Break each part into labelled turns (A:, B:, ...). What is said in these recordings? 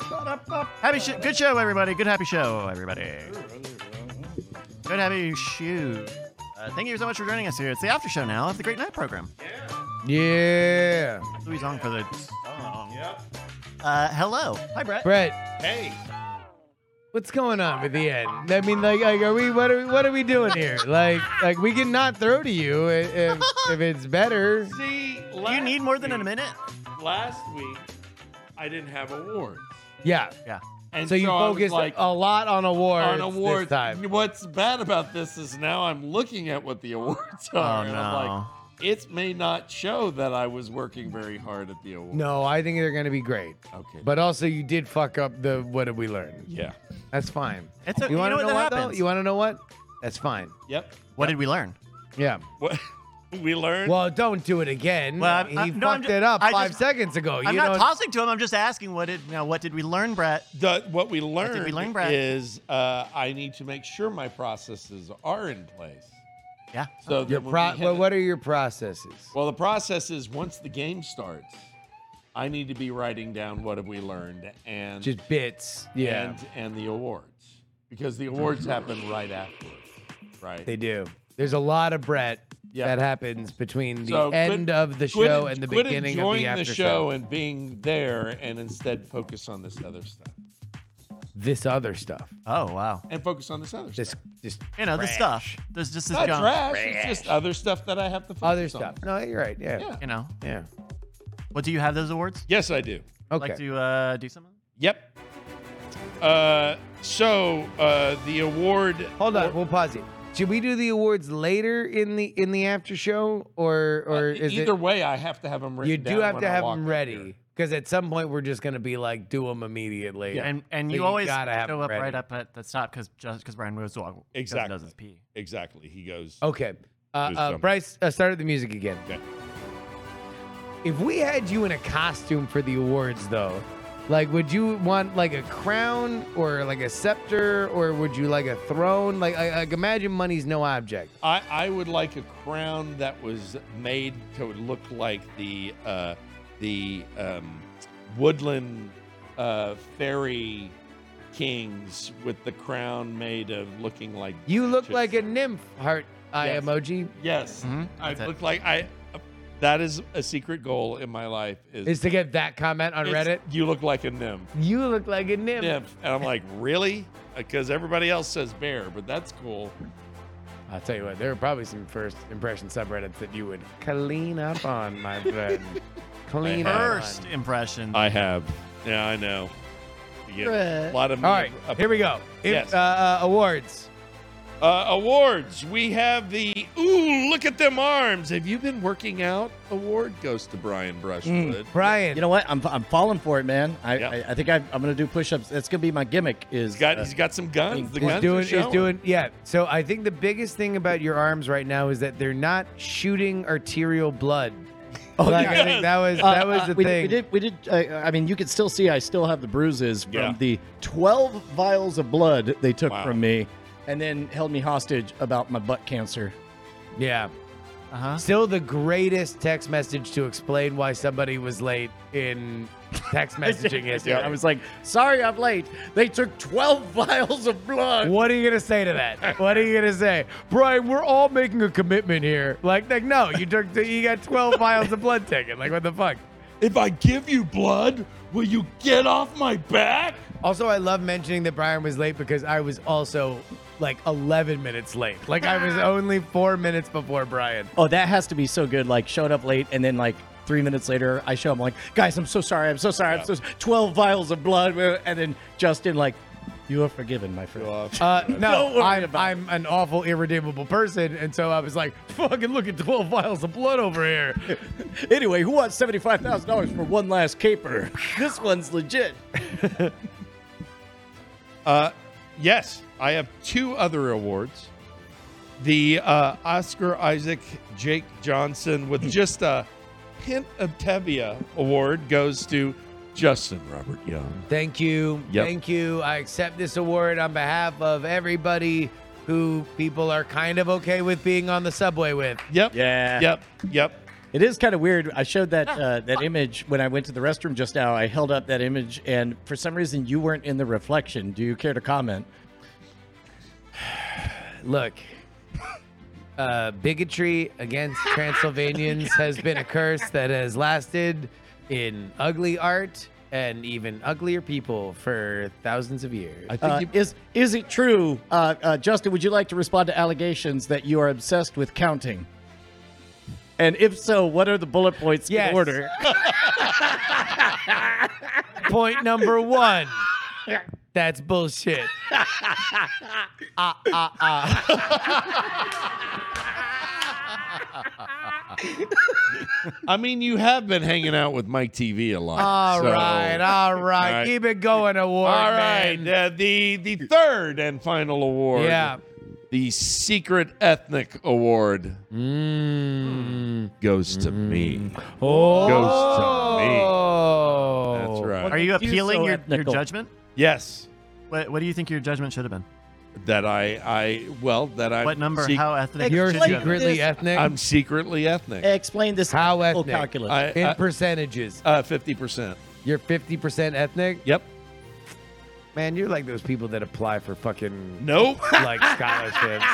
A: Happy sh- good show, everybody. Good happy show, everybody. Good happy show. Uh, thank you so much for joining us here. It's the after show now of the Great Night program.
B: Yeah.
A: Louis Zong for the song. Uh, hello. Hi, Brett.
B: Brett,
C: Hey.
B: what's going on with the end? I mean, like, like, are we? What are we? What are we doing here? Like, like, we can not throw to you i- if, if it's better.
C: See,
A: Do
C: last
A: you need more than
C: week,
A: a minute?
C: Last week, I didn't have awards.
B: Yeah.
A: Yeah.
C: And
B: So you
C: I was
B: focused
C: like,
B: a lot on awards,
C: on awards.
B: this time.
C: What's bad about this is now I'm looking at what the awards are.
A: Oh,
C: and I'm
A: no.
C: like, it may not show that I was working very hard at the awards.
B: No, I think they're gonna be great.
C: Okay.
B: But also, you did fuck up the. What did we learn?
C: yeah.
B: That's fine.
A: It's a,
B: You want to know,
A: what,
B: what?
A: that
B: Though?
A: happens?
B: You want to know what? That's fine.
C: Yep.
A: what did we learn?
B: Yeah.
C: What we learned.
B: Well, don't do it again.
A: Well, I'm-
B: he
A: I'm-
B: fucked
A: no, I'm ju-
B: it up
A: I
B: five
A: just-
B: seconds ago.
A: I'm
B: you
A: not
B: don't-
A: tossing to him. I'm just asking what did now what did we learn, Brett?
C: the, what we learned,
A: learn, Brad?
C: is uh, I need to make sure my processes are in place.
A: Yeah.
C: So that
B: Your
C: when we
B: pro-
C: hit
B: well,
C: it-
B: what are your processes?
C: Well, the process is once the game starts, I need to be writing down what have we learned and
B: Just bits. Yeah.
C: and, and the awards because the awards happen right afterwards, right?
B: They do. There's a lot of Brett
C: Yeah.
B: that happens between the
C: So quit-
B: end of the
C: quit
B: show
C: en-
B: and the
C: quit
B: beginning of
C: enjoying
B: the after
C: show, and being there, and instead focus on this other stuff
B: This other stuff.
A: Oh wow.
C: and focus on this other
B: This
C: stuff.
B: just
A: You know the stuff. There's just this
C: Not
A: junk.
C: trash, It's just other stuff that I have to focus
B: other
C: on.
B: stuff. No, you're right. Yeah.
C: Yeah.
A: You know.
B: Yeah.
A: What do you have those awards?
C: Yes, I do.
B: Okay.
A: Like to uh, do something?
C: Yep. Uh, so uh, the award.
B: Hold on. We'll pause it. Should we do the awards later in the in the after show or or is
C: Uh, e- either
B: it
C: way, I have to have them ready.
B: you do have to have them ready because at some point we're just gonna be like do them immediately.
A: And and
B: So
A: you,
B: you
A: always
B: gotta have
A: show
B: them
A: up
B: ready.
A: right up at the top because just because Brian moves along
C: Exactly.
A: does his pee.
C: Exactly. He goes.
B: Okay. Uh,
C: Here's
B: uh,
C: some.
B: Bryce, uh, start at the music again.
C: Okay.
B: If we had you in a costume for the awards, though, like, would you want like a crown or like a scepter or would you like a throne? Like, I, like imagine money's no object.
C: I, I would like a crown that was made to look like the uh, the um, woodland uh, fairy kings with the crown made of looking like
B: You look
C: just-
B: like a nymph heart eye
C: Yes.
B: emoji.
C: yes.
A: Mhm,
C: I
A: that's it.
C: look like I. uh, that is a secret goal in my life. Is,
B: Is to get that comment on
C: is
B: Reddit.
C: You look like a nymph.
B: You look like a nymph.
C: Nymph, and I'm like, really? Because everybody else says bear, but that's cool.
B: I'll tell you what, there are probably some first impression subreddits that you would clean up on, my friend. clean up. on.
A: First impression.
C: I have. Yeah, I know. You get a lot of
B: All right,
C: up-
B: here we go. If-
C: Yes.
B: uh, uh, awards.
C: Uh, awards. We have the Ooh, look at them arms. Have you been working out? Award goes to Brian Brushwood.
B: Mm, Brian.
D: You know what? I'm, I'm falling for it, man. I,
C: Yeah.
D: I, I think I, I'm going to do push-ups. That's going to be my gimmick. Is
C: He's got
D: uh,
C: he's got some guns. The
B: He's
C: guns
B: doing.
C: are
B: He's
C: showing.
B: doing. Yeah. So I think the biggest thing about your arms right now is that they're not shooting arterial blood. Oh, like, I
C: yes.
B: think that was
D: uh,
B: that was
D: uh,
B: the
D: we,
B: thing.
D: We did. We did. Uh, I mean, you can still see I still have the bruises from
C: Yeah.
D: the 12 vials of blood they took
C: Wow.
D: from me, and then held me hostage about my butt cancer.
B: Yeah.
A: Uh huh.
B: Still the greatest text message to explain why somebody was late in text messaging history.
D: I was like, "Sorry, I'm late. They took 12 vials of blood."
B: What are you gonna say to that? What are you gonna say, Brian? We're all making a commitment here. Like, like no, you took you got twelve vials of blood taken. Like, what the fuck?
C: If I give you blood, will you get off my back?
B: Also, I love mentioning that Brian was late because I was also like 11 minutes late. Like I was only four minutes before Brian.
D: Oh, that has to be so good. Like, showed up late, and then like three minutes later, I show up. I'm like, guys, I'm so sorry. I'm so sorry. I'm so 12 vials of blood, uh, and then Justin like, "You are forgiven, my friend."
B: Uh, no,
D: worry
B: I'm,
D: about
B: I'm an awful, irredeemable person, and so I was like, "Fucking look at 12 vials of blood over here."
D: Anyway, who wants seventy-five thousand dollars for one last caper? this one's legit.
C: Uh, yes, I have two other awards. The uh, Oscar Isaac Jake Johnson with just a hint of Tevia award goes to Justin Robert Young.
B: Thank you.
C: Yep.
B: Thank you. I accept this award on behalf of everybody who people are kind of okay with being on the subway with.
C: Yep.
D: Yeah.
C: Yep. Yep.
D: It is kind of weird. I showed that uh, that image when I went to the restroom just now. I held up that image, and for some reason, you weren't in the reflection. Do you care to comment?
B: Look, uh, bigotry against Transylvanians has been a curse that has lasted in ugly art and even uglier people for thousands of years.
C: I think
D: Uh,
C: you,
D: is is it true, uh, uh, Justin? Would you like to respond to allegations that you are obsessed with counting? And if so, what are the bullet points
B: Yes.
D: in order?
B: Point number one. That's bullshit.
C: I mean, you have been hanging out with Mike TV a lot.
B: All
C: so-
B: right, all right,
C: All right.
B: Keep it going, award
C: All right,
B: man.
C: uh, the the third and final award.
B: Yeah.
C: the Secret Ethnic Award
B: Mm.
C: goes to me.
B: Oh.
C: That's right.
A: Are you
D: You're so
A: appealing your, your
D: ethnical.
A: judgment?
C: yes,
A: What, what do you think your judgment should have been?
C: that I I well that I
A: What number?
C: sec-
A: How ethnic?
B: You're
A: should you have been?
B: secretly
D: this-
B: ethnic
C: I'm secretly ethnic.
D: Explain this
B: How
D: full
B: ethnic?
D: calculus.
B: in
C: I uh,
B: percentages.
C: fifty percent.
B: You're 50% ethnic?
C: Yep.
B: Man, you're like those people that apply for fucking
C: Nope.
B: like scholarships.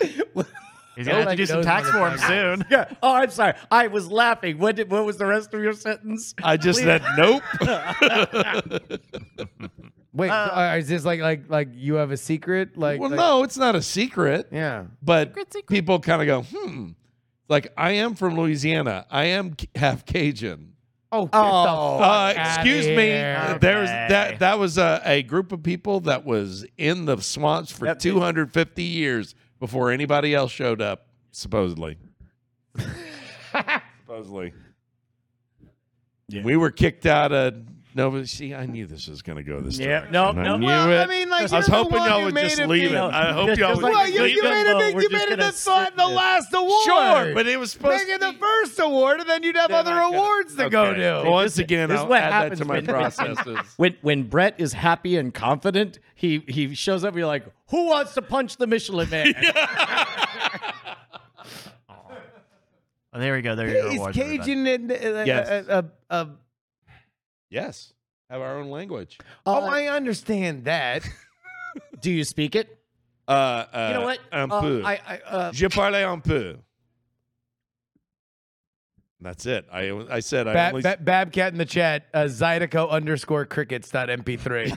A: He's gonna have to
B: Like
A: do some
B: those
A: tax forms
B: motherfuckers.
A: soon.
D: Yeah. Oh, I'm sorry. I was laughing. What did, What was the rest of your sentence?
C: I just said nope.
B: Wait,
A: Uh,
B: uh, is this like like like you have a secret? Like
C: well,
B: like-
C: no, it's not a secret.
B: Yeah.
C: but people kind of go, hmm. Like I am from Louisiana. I am c- half Cajun.
B: Oh, get
D: Oh,
B: the fuck
C: Uh,
B: outta
C: excuse
B: here.
C: me. Uh, There was
A: Okay.
C: that. That was a, a group of people that was in the swamps for 250 years before anybody else showed up. Supposedly. supposedly. We were kicked out of Nova. See, I knew this was going to go this
D: Yeah,
C: direction.
D: no,
C: I
D: no.
C: knew
B: Well,
C: it.
B: I mean, like,
C: I was
B: you're the
C: hoping
B: one
C: y'all
B: who
C: would just
B: made it
C: leave
B: be-
C: it. I hope
D: Just-
C: y'all
D: just
C: would
D: like
B: Well,
D: the
B: you,
C: leave
B: you
C: it.
B: made a
D: We're
B: big, you
D: just
B: made it
D: gonna
B: the, thought,
D: sit
B: the
D: there.
B: last award.
C: Sure, but it was supposed
B: Make it
C: to
B: the
C: be-
B: first award, and then you'd have
C: They're
B: other
C: not gonna-
B: awards to go
C: Okay.
B: to.
C: Well, Once again,
D: This is
C: I'll
D: what
C: add that
D: happens
C: to my
D: when-
C: processes.
D: When when Brett is happy and confident, he he shows up. You're like, who wants to punch the Michelin man?
A: Oh, there we go. There you go.
B: Is
A: awards, everybody.
B: Cajun in, uh,
C: Yes.
B: uh, uh, uh,
C: yes, have our own language.
B: oh, I understand that.
D: Do you speak it?
C: Uh, uh,
D: You know what?
C: Un
D: Uh,
C: peu.
D: I, I, uh,
C: Je parlais un peu. That's it. I I said I
B: Ba-
C: only.
B: ba- Babcat in the chat, uh, Zydeco underscore crickets dot mp3.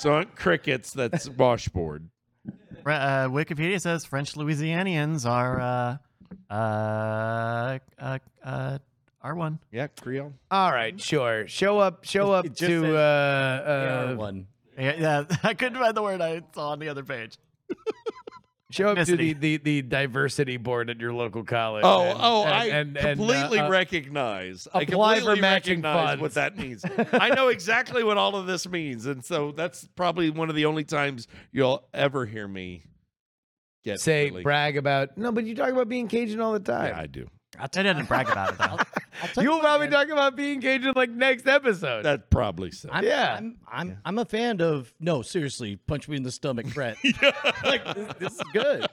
C: so on crickets. That's washboard.
A: Fr- Uh, Wikipedia says French Louisianians are uh, uh, uh, uh, R1.
C: Yeah, Creole.
B: All right, sure. Show up, show up
D: It just
B: to
D: says-
B: uh, uh,
D: one.
A: Yeah, yeah, I couldn't find the word I saw on the other page.
B: show up to the,
A: Ethnicity.
B: the, the diversity board at your local college.
C: Oh,
B: and-
C: oh,
B: and-
C: I
B: and- and, uh,
C: completely
B: uh,
C: recognize. I
B: apply for
C: completely
B: matching
C: recognize
B: funds.
C: what that means. I know exactly what all of this means, and so that's probably one of the only times you'll ever hear me get
B: uh, say
C: really-
B: brag about no, but you talk about being Cajun all the
C: Yeah,
B: time.
C: I do.
A: I didn't brag about it though.
B: You'll probably talk about being Cajun like next episode.
C: That probably so.
D: I'm,
B: Yeah.
D: I'm, I'm, I'm a fan of, no, seriously, punch me in the stomach, Brett. like, this, this is good.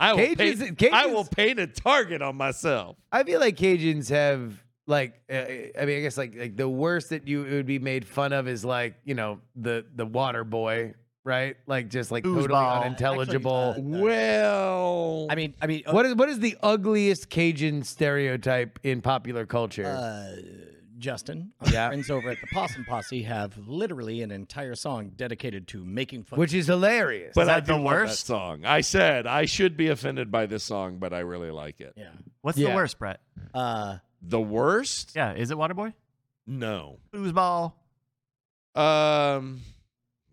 C: I will,
B: Cajuns-
C: paint,
B: Cajuns-
C: I will paint a target on myself.
B: I feel like Cajuns have like uh, I mean I guess like like the worst that you it would be made fun of is like you know the the water boy right like just like totally
A: Foosball.
B: unintelligible.
D: Actually,
C: Well,
D: I mean, I mean, uh,
B: what is what is the ugliest Cajun stereotype in popular culture?
D: uh, Justin, our
B: Yeah.
D: friends over at the Possum Posse have literally an entire song dedicated to making fun.
B: which is hilarious.
C: but
A: that
C: I do
A: the
C: love
A: worst?
C: that song. I said I should be offended by this song, but I really like it.
D: yeah.
A: What's
B: Yeah.
A: the worst, Brett?
D: Uh,
C: The worst?
A: Yeah, is it Waterboy?
C: No.
A: Foosball.
C: Um.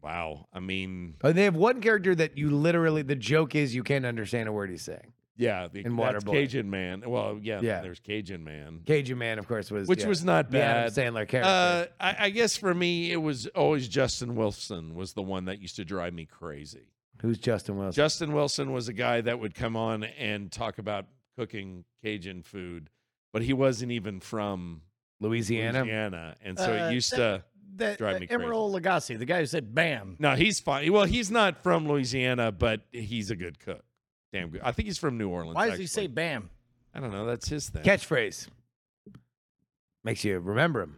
C: Wow. I mean,
B: and Uh, they have one character that you literally the joke is you can't understand a word he's saying.
C: yeah. The,
B: And
C: that's
B: Waterboy.
C: Cajun Man. Well, yeah.
B: Yeah.
C: There's Cajun Man,
B: Cajun man, of course, was
C: which
B: yeah,
C: was not
B: the Adam
C: bad.
B: Sandler character.
C: Uh, I, I guess for me, it was always Justin Wilson was the one that used to drive me crazy.
B: Who's Justin Wilson?
C: Justin Wilson was a guy that would come on and talk about cooking Cajun food, but he wasn't even from
B: Louisiana.
C: Louisiana, and so
D: Uh,
C: it used
D: that-
C: to.
D: that,
C: Drive
D: that
C: me crazy.
D: Emerald Lagasse, the guy who said "Bam."
C: No, he's fine. Well, he's not from Louisiana, but he's a good cook. damn good. I think he's from New Orleans.
D: Why does he say
C: actually.
D: bam?
C: I don't know. That's his thing.
B: Catchphrase. Makes you remember him.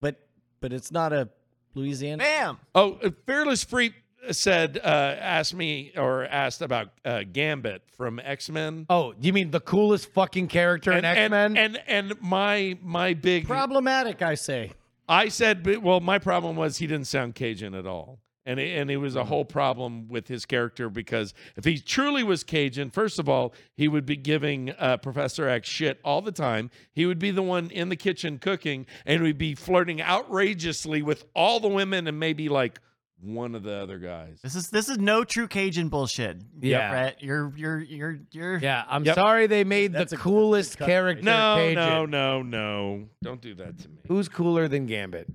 D: But but it's not a Louisiana.
A: Bam!
C: Oh, uh, Fearless Free said, uh, asked me or asked about uh, Gambit from X Men.
B: Oh, you mean the coolest fucking character in X Men?
C: And, and and my my big
D: Problematic, I say.
C: I said, but- well, my problem was he didn't sound Cajun at all. And it, and it was a
B: Mm-hmm.
C: whole problem with his character because if he truly was Cajun, first of all, he would be giving uh, Professor X shit all the time. He would be the one in the kitchen cooking and would be flirting outrageously with all the women and maybe like one of the other guys.
A: This is this is no true Cajun bullshit.
B: Yeah.
A: Brett, you're you're you're you're.
B: Yeah, I'm
C: Yep.
B: sorry they made
D: That's
B: the
D: a-
B: coolest
D: that's a cut.
B: character.
C: No,
B: Cajun.
C: no, no, no. Don't do that to me.
B: Who's cooler than Gambit?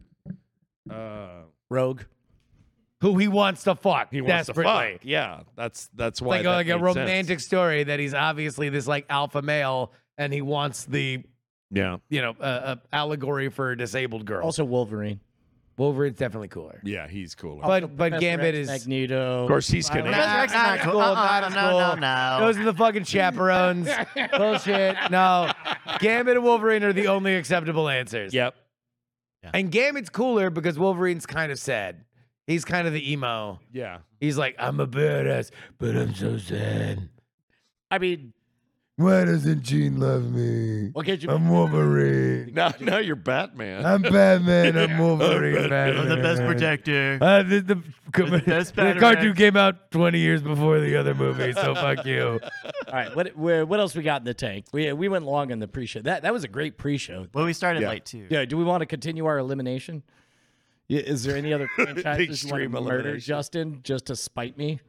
C: Uh,
D: Rogue.
B: Who he wants to fuck
C: he wants to
B: desperately.
C: fuck. Yeah, that's that's why.
B: Like a,
C: that
B: like a
C: made sense.
B: romantic story that he's obviously this like alpha male and he wants the
C: Yeah,
B: you know uh, uh, allegory for a disabled girl.
D: Also Wolverine.
B: Wolverine's definitely cooler.
C: yeah, he's cooler.
B: But but
D: Professor
B: Gambit
D: X,
B: is
D: Magneto.
C: of course, he's
D: Violet-
C: connected.
A: Professor X is
B: Not
A: not cool.
B: cool,
A: Uh-uh,
B: not
A: no, no,
B: cool.
A: no.
B: Those are the fucking chaperones. Bullshit. No. Gambit and Wolverine are the only acceptable answers.
C: Yep.
B: And Gambit's cooler because Wolverine's kind of sad. He's kind of the emo.
C: Yeah.
B: He's like, I'm a badass, but I'm so sad.
D: I mean,
B: Why doesn't Jean love me?
D: what can't you?
B: I'm Wolverine.
C: No, no, you're Batman.
B: I'm Batman. I'm Wolverine.
A: I'm the best protector.
B: Uh, the, the,
A: the best
B: the
A: Spider-Man.
B: cartoon came out 20 years before the other movie, so fuck you.
D: All right, what where, what else we got in the tank? We we went long in the pre-show. That that was a great pre-show.
A: Well, we started
C: Yeah.
A: late too.
D: Yeah, do we want to continue our elimination? Y- Is there any other franchises you want to
C: extreme
D: murder
C: elimination.
D: Justin just to spite me?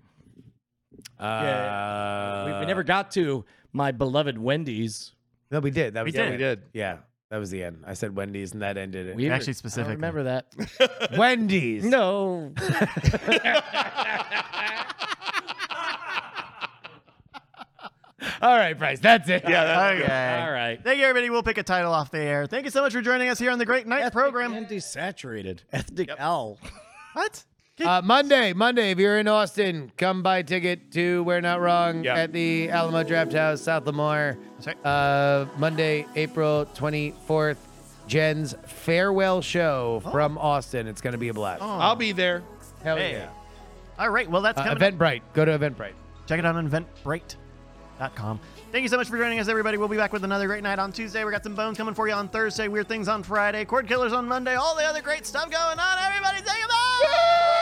B: Uh,
D: we, we never got to my beloved Wendy's.
B: No, we did. That was
A: did.
B: yeah,
A: We
C: did.
B: Yeah, that was the end. I said Wendy's, and that ended it.
D: We
A: Actually,
D: I don't
A: specifically.
D: remember that.
B: Wendy's.
D: No,
B: All right, Bryce. That's it.
C: Yeah, that-
A: Okay.
D: all right.
A: Thank you, everybody. We'll pick a title off the air. Thank you so much for joining us here on the Great Night program.
D: and desaturated ethnic owl.
A: What?
B: Uh, Monday, Monday. If you're in Austin, come buy ticket to We're Not Wrong
C: Yeah.
B: at the Alamo Draft House, South Lamar.
A: That's right.
B: Uh, Monday, April 24th. Jen's farewell show from Austin. It's going to be a blast.
C: Oh. I'll be there.
B: Hell
A: Hey.
B: yeah!
A: All right. Well, that's
B: Uh,
A: coming.
B: Eventbrite. Go to Eventbrite.
A: up. Check it out on eventbrite.com. Thank you so much for joining us, everybody. We'll be back with another great night on Tuesday. We got some bones coming for you on Thursday. Weird things on Friday. Cord killers on Monday. All the other great stuff going on. Everybody, say goodbye.